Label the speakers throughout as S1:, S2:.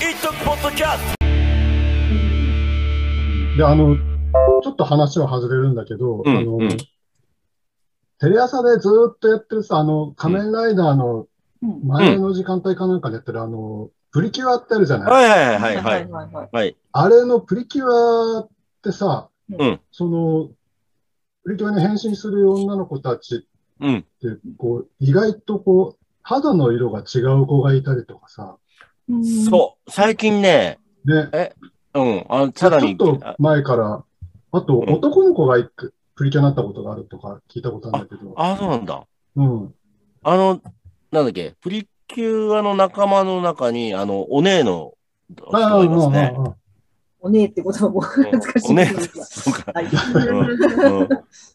S1: イトポッドキャス
S2: で、あの、ちょっと話は外れるんだけど、
S3: うん
S2: あの、
S3: うん
S2: テレ朝でずーっとやってるさ、あの、仮面ライダーの
S4: うん
S2: 前の時間帯かなんかでやってる、あの、プリキュアってあるじゃ
S3: ト。
S2: ない、
S3: はいはいはいは
S4: はいい。はいはい。
S3: はい。
S2: あれのプリキュアってさ、
S3: うん
S2: その、プリキュアに変身する女の子たち
S3: うん。
S2: って、こう、意外とこう、肌の色が違う子がいたりとかさ、
S3: そう。最近ね、
S2: で、
S3: うん。あの、
S2: ちょ
S3: さら
S2: っ
S3: に、
S2: と
S3: あ
S2: 前から、あと
S3: うん
S2: 男の子が一個プリキュアになったことがあるとか聞いたことあるんだけど、
S3: あ、そうなんだ。
S2: うん。
S3: あの、なんだっけ、プリキュアの仲間の中に、あの、お姉の人
S2: あ
S3: がいますね。
S2: あああ
S4: お姉ってことはもう
S3: うん
S4: 懐かしい。
S3: お姉、そうか。
S4: はい。
S3: うんう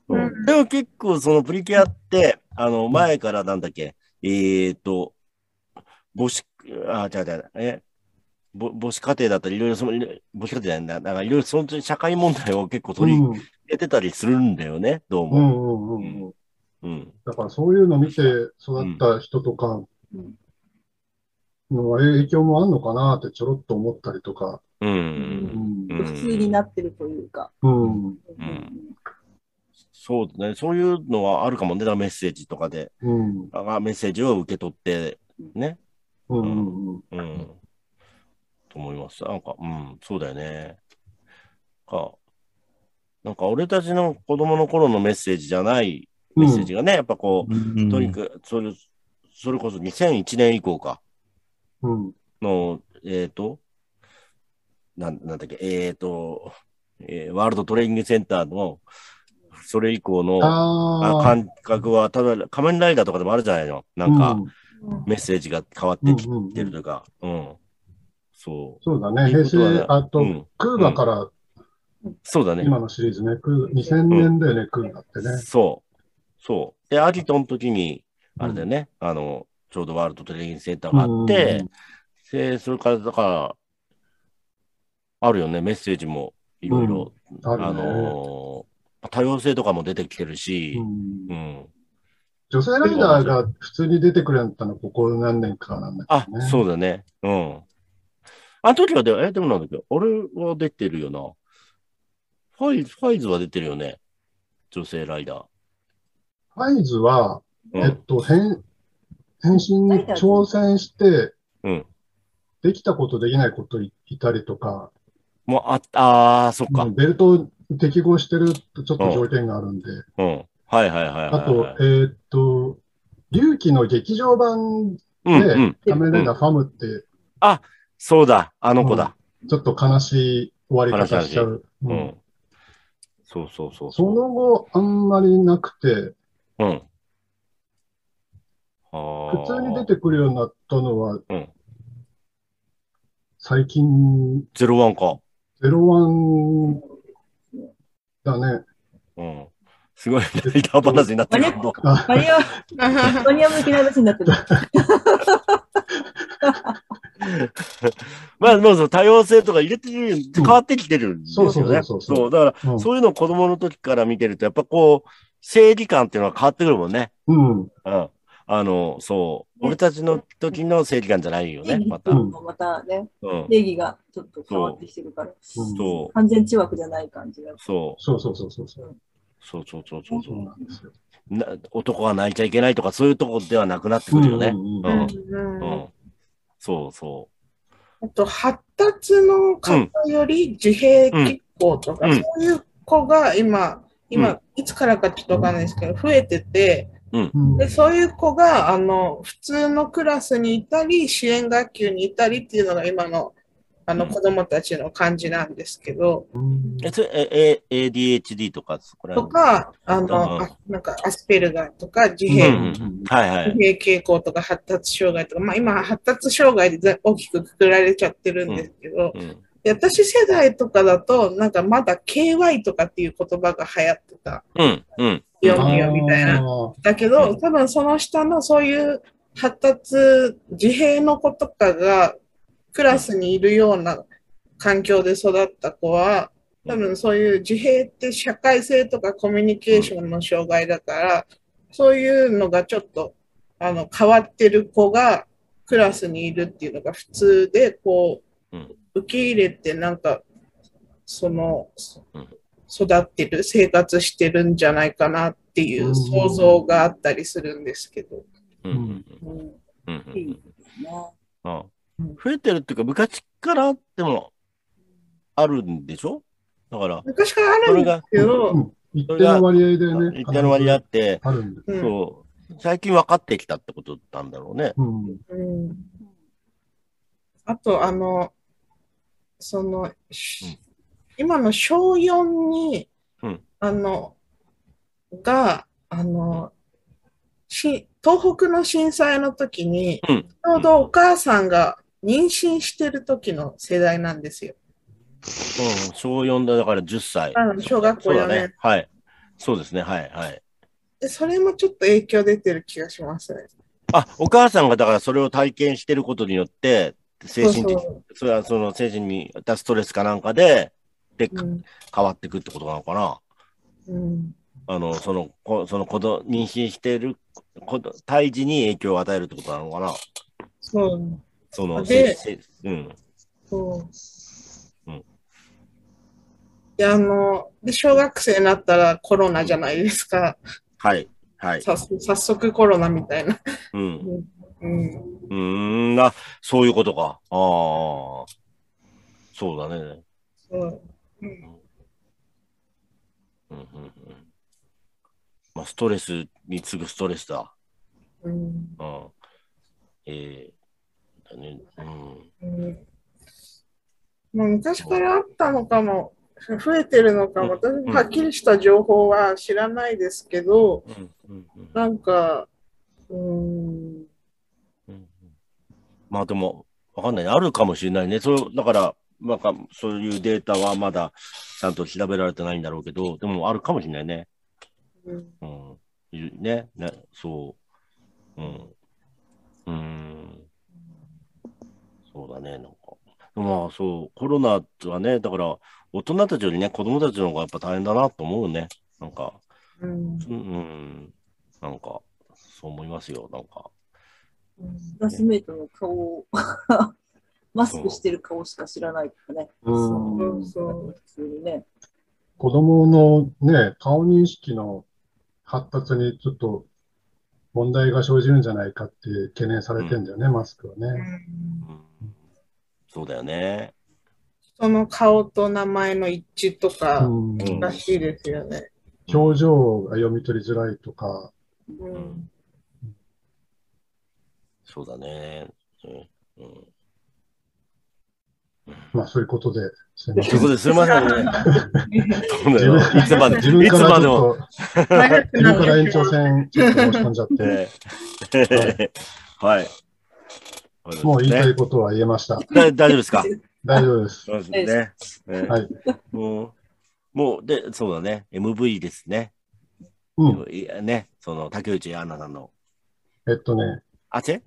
S4: うん
S3: んでも結構、そのプリキュアって、あの、前からなんだっけ、えーっと、母子、あ、違う違う、え、ぼ母子家庭だったり、いろいろその、いろ母子家庭じゃないんだ、なんかいろいろその社会問題を結構取り入
S2: うん
S3: れてたりするんだよね、どう
S2: う
S3: も。
S2: んうんうんうん。
S3: うん。
S2: だからそういうの見て育った人とか
S4: うん
S2: の影響もあんのかなってちょろっと思ったりとか。
S3: う。
S2: うんん。
S3: うん
S4: 普通になってるというか。
S2: うん。
S3: んそうね、そういうのはあるかもね、だからメッセージとかで、
S2: うん。
S3: あメッセージを受け取って、ね、
S2: うんうんうん。
S3: うん。と思います。なんか、うん、そうだよね。か、なんか俺たちの子供の頃のメッセージじゃないメッセージがね、やっぱこう、とにかく、それ、それこそ2001年以降か、
S2: うん。
S3: の、えっ、と、なん、なんだっけ、えっ、と、えーワールドトレーニングセンターの、それ以降の、あ
S2: ああ。
S3: 感覚は、ただ、仮面ライダーとかでもあるじゃないの。なんか、メッセージが変わってき
S2: うんうんうん
S3: てるとか、うん。そう。
S2: そうだね。平成、あ
S3: う
S2: と、
S3: ん、
S2: クーガから、
S3: そうだね。
S2: 今のシリーズね、クー2000年だよね、クーガってね。
S3: そう。そう。で、アジトの時に、あれだよね、あの、ちょうどワールドトレーニングセンターがあって、で、それから、だから、あるよね、メッセージもいろいろ、
S2: うん、あるね
S3: あのー多様性とかも出てきてるし
S2: う、ん
S3: うん。
S2: 女性ライダーが普通に出てくれたのここ何年かなんだ
S3: あ
S2: けど、ね。
S3: そうだね。うん。あの時はで、え、でもなんだっけあれは出てるよな。ファイズ、ファイズは出てるよね。女性ライダー。
S2: ファイズは、
S3: うん
S2: えっと、変、変身に挑戦して、
S3: うん
S2: できたことできないこといたりとか、
S3: もう、あ、あーそっか。
S2: ベルトを適合してるとちょっと条件があるんで、
S3: うん。はいはいはいはい、はい。
S2: あと、えーっと、龍騎の劇場版
S3: うんうん。
S2: 仮面ライダーファムって、
S3: そうだ、あの子だ。
S2: ちょっと悲しい終わり方しちゃう。
S3: う
S2: うん
S3: ん。そうそうそう。
S2: その後、あんまりなくて、
S3: うん。あ
S2: 普通に出
S3: て
S2: てくるようになったのは、
S3: うん
S2: 最近、
S3: ゼロワンか。
S2: ゼロワンだね。
S3: うん。す ごい、ライダー話になってるけど。
S2: あ
S4: マニア、マニア向きな話になってる。
S3: まあ、まあ、その多様性とか入れてる、変わってきてるんですよね。
S2: そうそうそうそう
S3: だから、
S2: うん
S3: そういうのを子供の時から見てると、やっぱこう、正義感っていうのは変わってくるもんね。
S2: うん。
S3: うん。あの、そう。俺たちの時の正義感じゃないよね、また。
S2: う
S3: うんん。
S4: またね、礼儀がちょっと変わってきてるから、
S3: そう。
S4: 完全中枠じゃない感じが。
S3: そう。
S2: そうそうそうそうそう。
S3: そうそうそうそう
S2: そう
S3: そ
S2: なんですよ。
S3: うな。男は泣いちゃいけないとか、そういうとこではなくなってくるよね。
S2: うんう
S3: う
S2: んうん
S3: ん。
S5: うん
S3: う
S5: うん
S3: ん。そうそ
S5: あと発達の方より自閉気候とか、
S3: うん
S5: そういう子が今、今、
S3: うん
S5: いつからかちょっとわかんないですけど、増えてて、
S2: うん
S5: で、そういう子が、あの、普通のクラスにいたり、支援学級にいたりっていうのが今の、あの、
S3: うん
S5: 子供たちの感じなんですけど、
S2: うん
S3: う。え、それ、え、え ADHD とか、そこら
S5: と
S3: 辺。
S5: か、あの、
S3: うん
S5: あなんか、アスペルガーとか、自
S3: うん
S5: 閉、
S3: うん。はいはい。
S5: 自閉傾向とか、発達障害とか、まあ今、発達障害で全大きくくくられちゃってるんですけど、
S3: うん。
S5: で私世代とかだと、なんかまだ KY とかっていう言葉が流行ってた
S3: うん。うん。
S5: ようによみたいな。
S2: あ
S5: だけ
S3: う
S5: ど、
S3: ん
S5: 多分その下のそういう発達、自閉の子とかがクラスにいるような環境で育った子は、多分そういう自閉って社会性とかコミュニケーションの障害だから、そういうのがちょっとあの変わってる子がクラスにいるっていうのが普通で、こう、
S3: うん
S5: 受け入れてなんかその、
S3: うん
S5: 育ってる生活してるんじゃないかなっていう想像があったりするんですけど、
S3: うんん
S4: うん
S3: うんうん
S4: いいですね。
S3: あ
S5: うん
S3: 増えてるっていうか、昔からあってもあるんでしょだから、
S5: 昔からあるんですけど、
S2: うん一定の割合でね。
S3: 一定の割合あって、
S2: あるんで。
S5: うん
S3: そう、最近分かってきたってことなんだろうね。
S2: うん。
S5: うんあと、あの、その、し
S3: うん
S5: 今の小4に、
S3: うん
S5: あの、が、あの、し東北の震災の時に、
S3: うん
S5: ちょうどお母さんが妊娠してる時の世代なんですよ。
S3: うん、小4だだから10歳。
S5: あの小学校
S3: そうだ
S5: 4
S3: ね
S5: 年。。
S3: はい。そうですね。はい。はい。
S5: で、それもちょっと影響出てる気がしますね。
S3: あ、お母さんがだからそれを体験してることによって、精神的、
S5: そ
S3: そう
S5: そう
S3: れはその精神に出すストレスかなんかで、で、
S5: うん
S3: 変わっていくってことなのかな。
S5: うん
S3: あの、その、こその子供、妊娠してる子ど、胎児に影響を与えるってことなのかな。
S5: そう
S3: その、
S5: で
S3: せせうん。
S5: そう。
S3: うん
S5: で、あの、で、小学生になったらコロナじゃないですか。
S3: はい。はい。
S5: さ早速コロナみたいな。
S3: うん。う
S5: うん。
S3: ーん、あ、そういうことか。ああ。そうだね。
S5: そう
S3: うんうんうん。まあ、ストレスに次ぐストレスだ。
S5: うん
S3: うん。えー、だね。うん。
S5: うんまあ、昔からあったのかも、増えてるのかも、私もはっきりした情報は知らないですけど、
S3: うんうんうん
S5: なんか、うん、
S3: うんまあでも、わかんない。あるかもしれないね。そう、だから、なんか、そういうデータはまだ、ちゃんと調べられてないんだろうけど、でもあるかもしれないね。
S5: うん
S3: うん。いるね。ね、そう。うん。うーん。そうだね、なんか。まあそう、コロナはね、だから、大人たちよりね、子供たちの方がやっぱ大変だなと思うね。なんか、
S5: うん、
S3: うん、うん、なんか、そう思いますよ、なんか。
S5: うん
S4: クラスメートの顔を マスクしてる顔しか知らないからね。
S2: うん
S5: そうそう。
S4: 普通にね。
S2: 子供のね、顔認識の発達にちょっと問題が生じるんじゃないかって懸念されてんだよね、マスクは
S5: う
S2: ね。
S5: ん
S3: うん、そうだよね。
S5: 人の顔と名前の一致とか、
S2: うん
S3: うん
S5: らしいですよね。
S2: 表情が読み取りづらいとか、
S3: んそうだね。うん。うん、
S2: まあそういうことで、すい
S3: と
S2: ま
S3: いう
S2: せ
S3: んことですいませんね。そうだよ。いつまで、い
S2: 自分
S3: つ
S2: から
S3: ま
S2: ち
S3: でも。
S2: ょっと、
S5: 長く
S2: 自分から
S5: な
S2: 延長戦ちょっと申し込んじゃっ て、
S3: ええはい。
S2: もう言いた
S3: ね
S2: いことは言えました。
S3: だ大丈夫ですか
S2: 大丈 夫です。
S3: そうですね。ね
S2: はい。
S3: もう、もう、で、そうだね。MV ですね。
S2: うん。
S3: いやね、その、竹内アンナさんの。
S2: えっとね、
S3: あち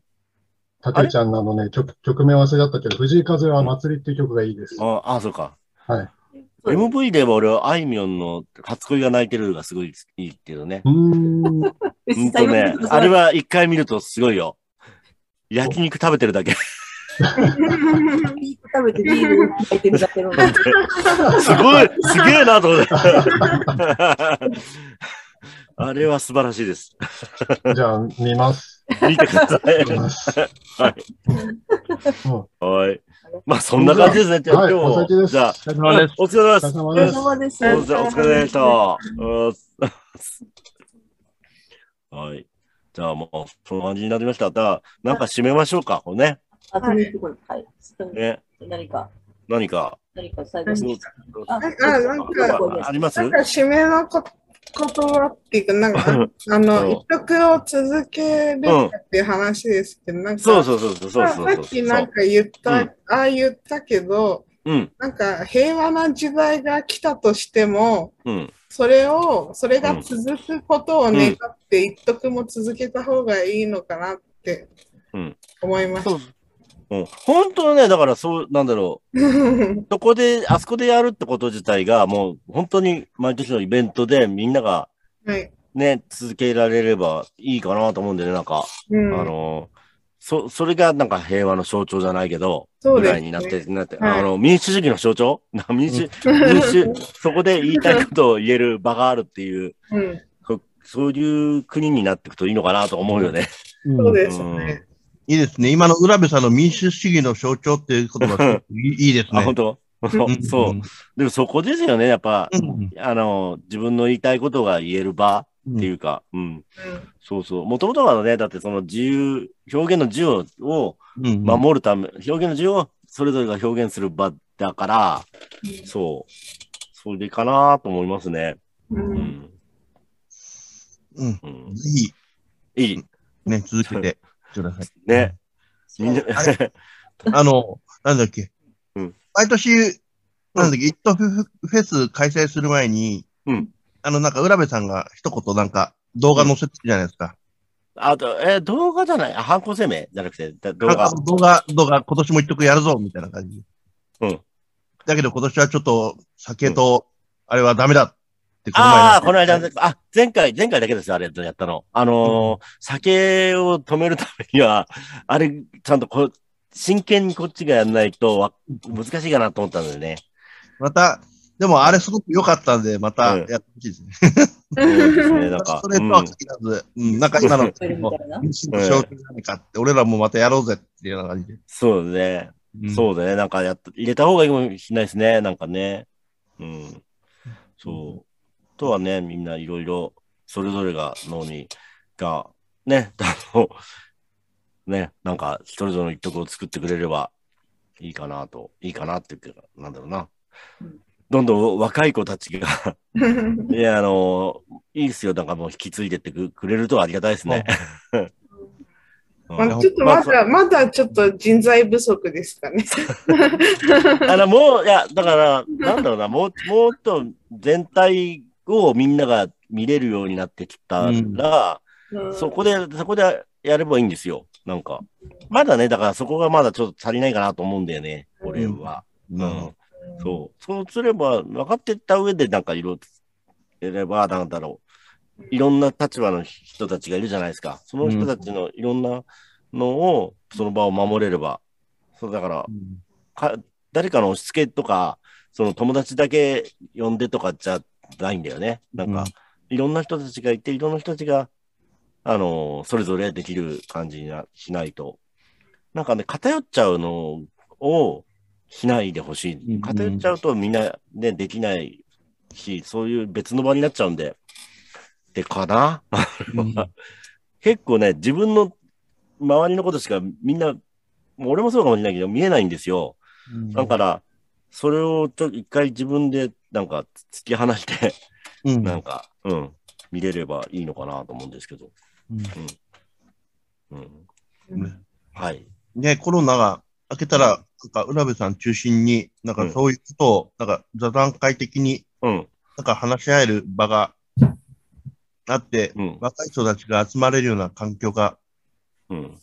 S2: 竹ちゃんなのね、曲、曲名忘れちゃったけど、藤井風は祭りっていう曲がいいです。
S3: ああ、そうか。
S2: はい。
S4: そう
S3: MV では俺はあいみょんの初恋が泣いてるがすごいいいけどね。
S2: うーん。
S4: 別
S3: うん
S4: に
S3: と
S4: 大
S3: ね
S4: 学の、ことじゃ
S3: あ
S4: な
S3: れ
S4: い
S3: は一回見るとすごいよ。焼肉食べてるだけ。
S4: ビール食べてビール入ってるだけの。
S3: すごい、すげえなと思って。あれは素晴らしいです。
S2: じゃあ、見 ます。
S3: 見てくださ
S2: 見ます。
S3: い。はい。
S2: うん
S3: はい。まあ、そんな感じですね。じゃあ、
S2: はい、
S3: 今
S2: お
S3: 日
S2: 先
S3: も。
S2: です。
S3: じゃあ、
S2: お疲れ
S3: お
S2: 様です。
S3: 疲れ様です。
S2: お
S4: お疲
S2: 疲
S4: れ様
S2: れ
S4: です。
S3: お疲れ様でした。うんはい。じゃあ、もう、その感じになりました。じゃあ、なんか締めましょうか。これね。
S4: あ、食べてこい。はい。
S3: ね。
S4: 何か、
S3: 何か。
S4: 何か最後に。
S3: あ
S4: あ、
S5: なん
S4: か
S3: あります
S5: なんか締めのこ言葉っていうか、なんか、あ
S3: そ
S5: の、
S3: う
S5: 一曲を続けるかっていう話ですけど、なんか、
S3: そうそうそうそうそう
S5: まあ
S3: そう
S5: さっ
S3: そ
S5: きなん
S3: う。
S5: か言った、
S3: うん
S5: ああ言ったけど、
S3: うん。
S5: なんか平和な時代が来たとしても、
S3: うん。
S5: それを、それが続くことを願って、一徳も続けた方がいいのかなって
S3: うん
S5: 思いました。
S3: うん、本当はね、だからそう、なんだろう、そこで、あそこでやるってこと自体が、もう本当に毎年のイベントで、みんなが
S5: はい。
S3: ね、続けられればいいかなと思うんでね、なんか、
S5: うん
S3: あのーそ、それがなんか平和の象徴じゃないけど、
S5: そう
S3: ぐ
S5: です
S3: らい
S5: ね
S3: になって、なって、
S5: はい
S3: あの、民主主義の象徴 民主、民主、そこで言いたいことを言える場があるっていう、
S5: うん、
S3: こそういう国になっていくといいのかなと思うよね。
S5: そう
S3: う
S5: ですね
S3: ん。。
S1: いいですね。今の浦部さんの民主主義の象徴っていう言葉、すごくい いいいです
S3: あ、
S1: ね
S3: 本。当そうそう。でもそこですよね、やっぱ
S1: う。ん。
S3: あの、自分の言いたいことが言える場
S1: うん。
S3: っていうか、うん。そうそう。もともとはね、だってその自由、表現の自由を
S1: うん。うん
S3: 守るため、表現の自由をそれぞれが表現する場だから、そう。それかなと思いますね。
S4: う
S3: うんん。
S1: うん。
S3: うん、
S1: ぜひ、
S3: いい。
S1: ね、続けて ください。
S3: ね。みんな、
S1: あの、なんだっけ。
S3: うん
S1: 毎年、なんだっけ、イットフフフェス開催する前に、
S3: うん
S1: あの、なんか、浦部さんが一言なんか、動画載せてるじゃないですか。
S3: あと、えー動画じゃない、あ犯行声明じゃなくて、だ動
S1: なん
S3: 画
S1: か。動画、動画、今年も一曲やるぞ、みたいな感じ。
S3: うん。
S1: だけど今年はちょっと、酒と、あれはダメだって、
S3: ああ、この
S1: 前な
S3: 間
S1: んか、
S3: あ、前回、前回だけですよ、あれやったの。あのー酒を止めるためには、あれ、ちゃんとこう真剣にこっちがやんないとわ、難しいかなと思ったんだよ ね。
S1: また、でもあれすごく良かったんで、またやってほしいですね。
S3: そうですね、なんか
S1: そ。れ
S3: う
S1: と
S3: ん
S1: は限らず、うん、なんか今の、
S4: やるみたいな。
S1: 民主の象徴じゃないかって、俺らもまたやろうぜっていうような感じで。
S3: そうね。そうだね。なんかやっと、入れた方がいいかもしれないですね。なんかね。うん。そう。あとはね、みんないろいろ、それぞれが脳に、が、ね、 あの、ね、なんか、それぞれの一徳を作ってくれればいいかなと、いいかなっていうか、なんだろうな
S4: うん。
S3: どんどん若い子たちが、
S5: う ん
S3: いや、あの、いいですよ。なんかもう引き継いでってくくれるとありがたいですね。
S5: ま
S3: うん
S5: あちょっとま
S3: ま
S5: だ、まだちょっと人材不足ですかね。
S3: あの、もう、いや、だから、なんだろうな、もう、もっと全体をみんなが見れるようになってきたら、
S4: うん
S3: そこで、そこでやればいいんですよ。なんか。まだね、だからそこがまだちょっと足りないかなと思うんだよね、俺は。
S1: うん。
S3: う
S1: うん
S3: ん。そう。そうすれば、分かってった上で、なんかいろいろやれば、なんだろう。いろんな立場の人たちがいるじゃないですか。その人たちのいろんなのを、その場を守れれば。そう、だから、か誰かの押し付けとか、その友達だけ呼んでとかじゃないんだよね。なんか、いろんな人たちがいて、いろんな人たちが、あの、それぞれできる感じになしないと。なんかね、偏っちゃうのをしないでほし
S1: うんう
S3: い。
S1: ん
S3: 偏っちゃうとみんなね、できないし、そういう別の場になっちゃうんで。でかな
S1: うん
S3: 結構ね、自分の周りのことしかみんな、もう俺もそうかもしれないけど、見えないんですよ。だから、それをちょっと一回自分でなんか突き放して、
S1: うん
S3: なんか、うん、見れればいいのかなと思うんですけど。
S1: うん
S3: うん。
S1: うん
S3: はい。
S1: ね、コロナが明けたら、なんか、浦部さん中心に、なんかそういうことを、なんか座談会的に、
S3: うん。
S1: なんか話し合える場があって、
S3: うん。
S1: 若い人たちが集まれるような環境が、
S3: うん。
S1: うん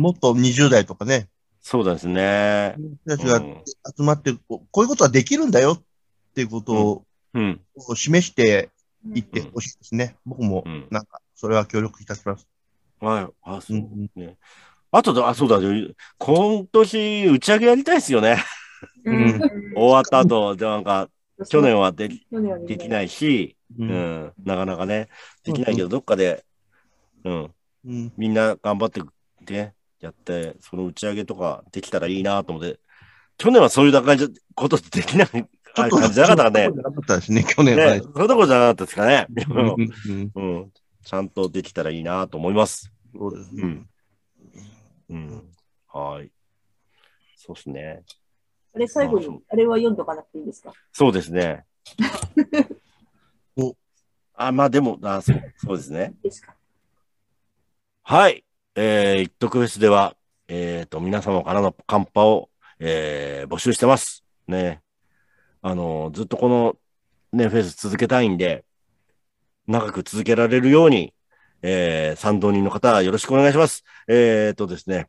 S1: もっと20代とかね、
S3: そうですね。
S1: 人たち
S3: う
S1: が
S3: ん。
S1: 集まって、ここういうことはできるんだよっていうこと
S3: うん。
S1: を示していってほしいですね。僕も
S3: う、ん
S1: なんか、それは協力いたします。
S3: はい。あ、そううんね。あとだ、あ、そうだ、今年打ち上げやりたいですよね。
S1: ん
S3: 終わった後、でなんか、去年はで
S4: 去年は
S3: でき
S4: い。
S3: ないし、
S1: う
S3: うんん、なかなかね、できないけど、どっかで、うん、
S1: うん
S3: みんな頑張ってね、やって、その打ち上げとかできたらいいなと思って、去年はそういう感じことできない
S1: ちょっ
S3: あ
S1: と、
S3: 感じじゃなかったからね。
S1: ちょっとなかったですね、去年は
S3: ね、
S1: ね。
S3: そういうところじゃなかったですかね。
S1: うんうん
S3: うん、ちゃんとできたらいいなと思います。
S1: そうですね。
S3: うん。うん。はい。そうですね。
S4: あれ最後に、あれは読んどかなくていいですか
S3: そうですね
S1: お
S3: あ、まあでも、あそうそうですね。
S4: ですか
S3: はい。えー、一徳フェスでは、えっ、と、皆様からのカンパを、えー募集してます。ね。あのずっとこの、ね、フェス続けたいんで、長く続けられるように、えー、賛同人の方、よろしくお願いします。えっ、とですね、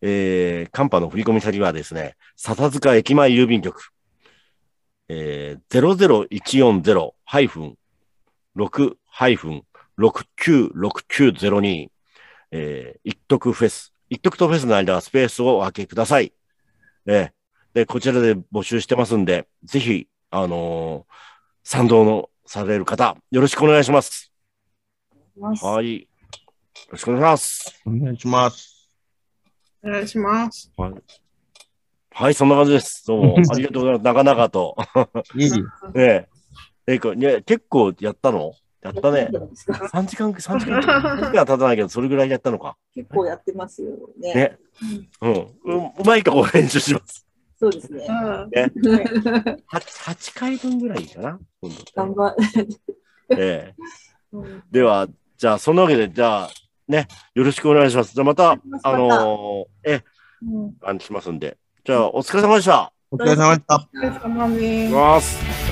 S3: えー、カンパの振込先はですね、笹塚駅前郵便局、えー、00140-6-696902、えー、一徳フェス、一徳とフェスの間はスペースをお空けください。ええで、こちらで募集してますんで、ぜひ、あのー賛同のされる方、よろしくお願いします。
S4: ます
S3: はい。よろしくお願いします。
S1: お願いします。
S5: お願いします。
S3: はい、そんな感じです。どう も。ありがとうございます。なかなか と。
S1: いい
S3: ええ。えいくん、いや結構やったのやった ね。
S4: ですか
S3: 3時間、3時間。3時間は経たないけど、それぐらいやったのか。
S4: 結構やってますよね。
S3: ね
S4: う
S3: う
S4: ん
S3: ん。うんうまいか、こう練習します。
S4: そうですね。
S5: うん
S3: 8, 8回分ぐらいかな。今度って
S4: 頑張
S3: ええ。
S4: る。
S3: では、じゃあ、そんなわけで、じゃあ、ね、よろしくお願いします。じゃあ、また、
S4: また
S3: あのー、ええ、あのしますんで。じゃあ、お疲れ様でした。
S1: お疲れ様でした。
S5: お疲れ様です
S3: いきます。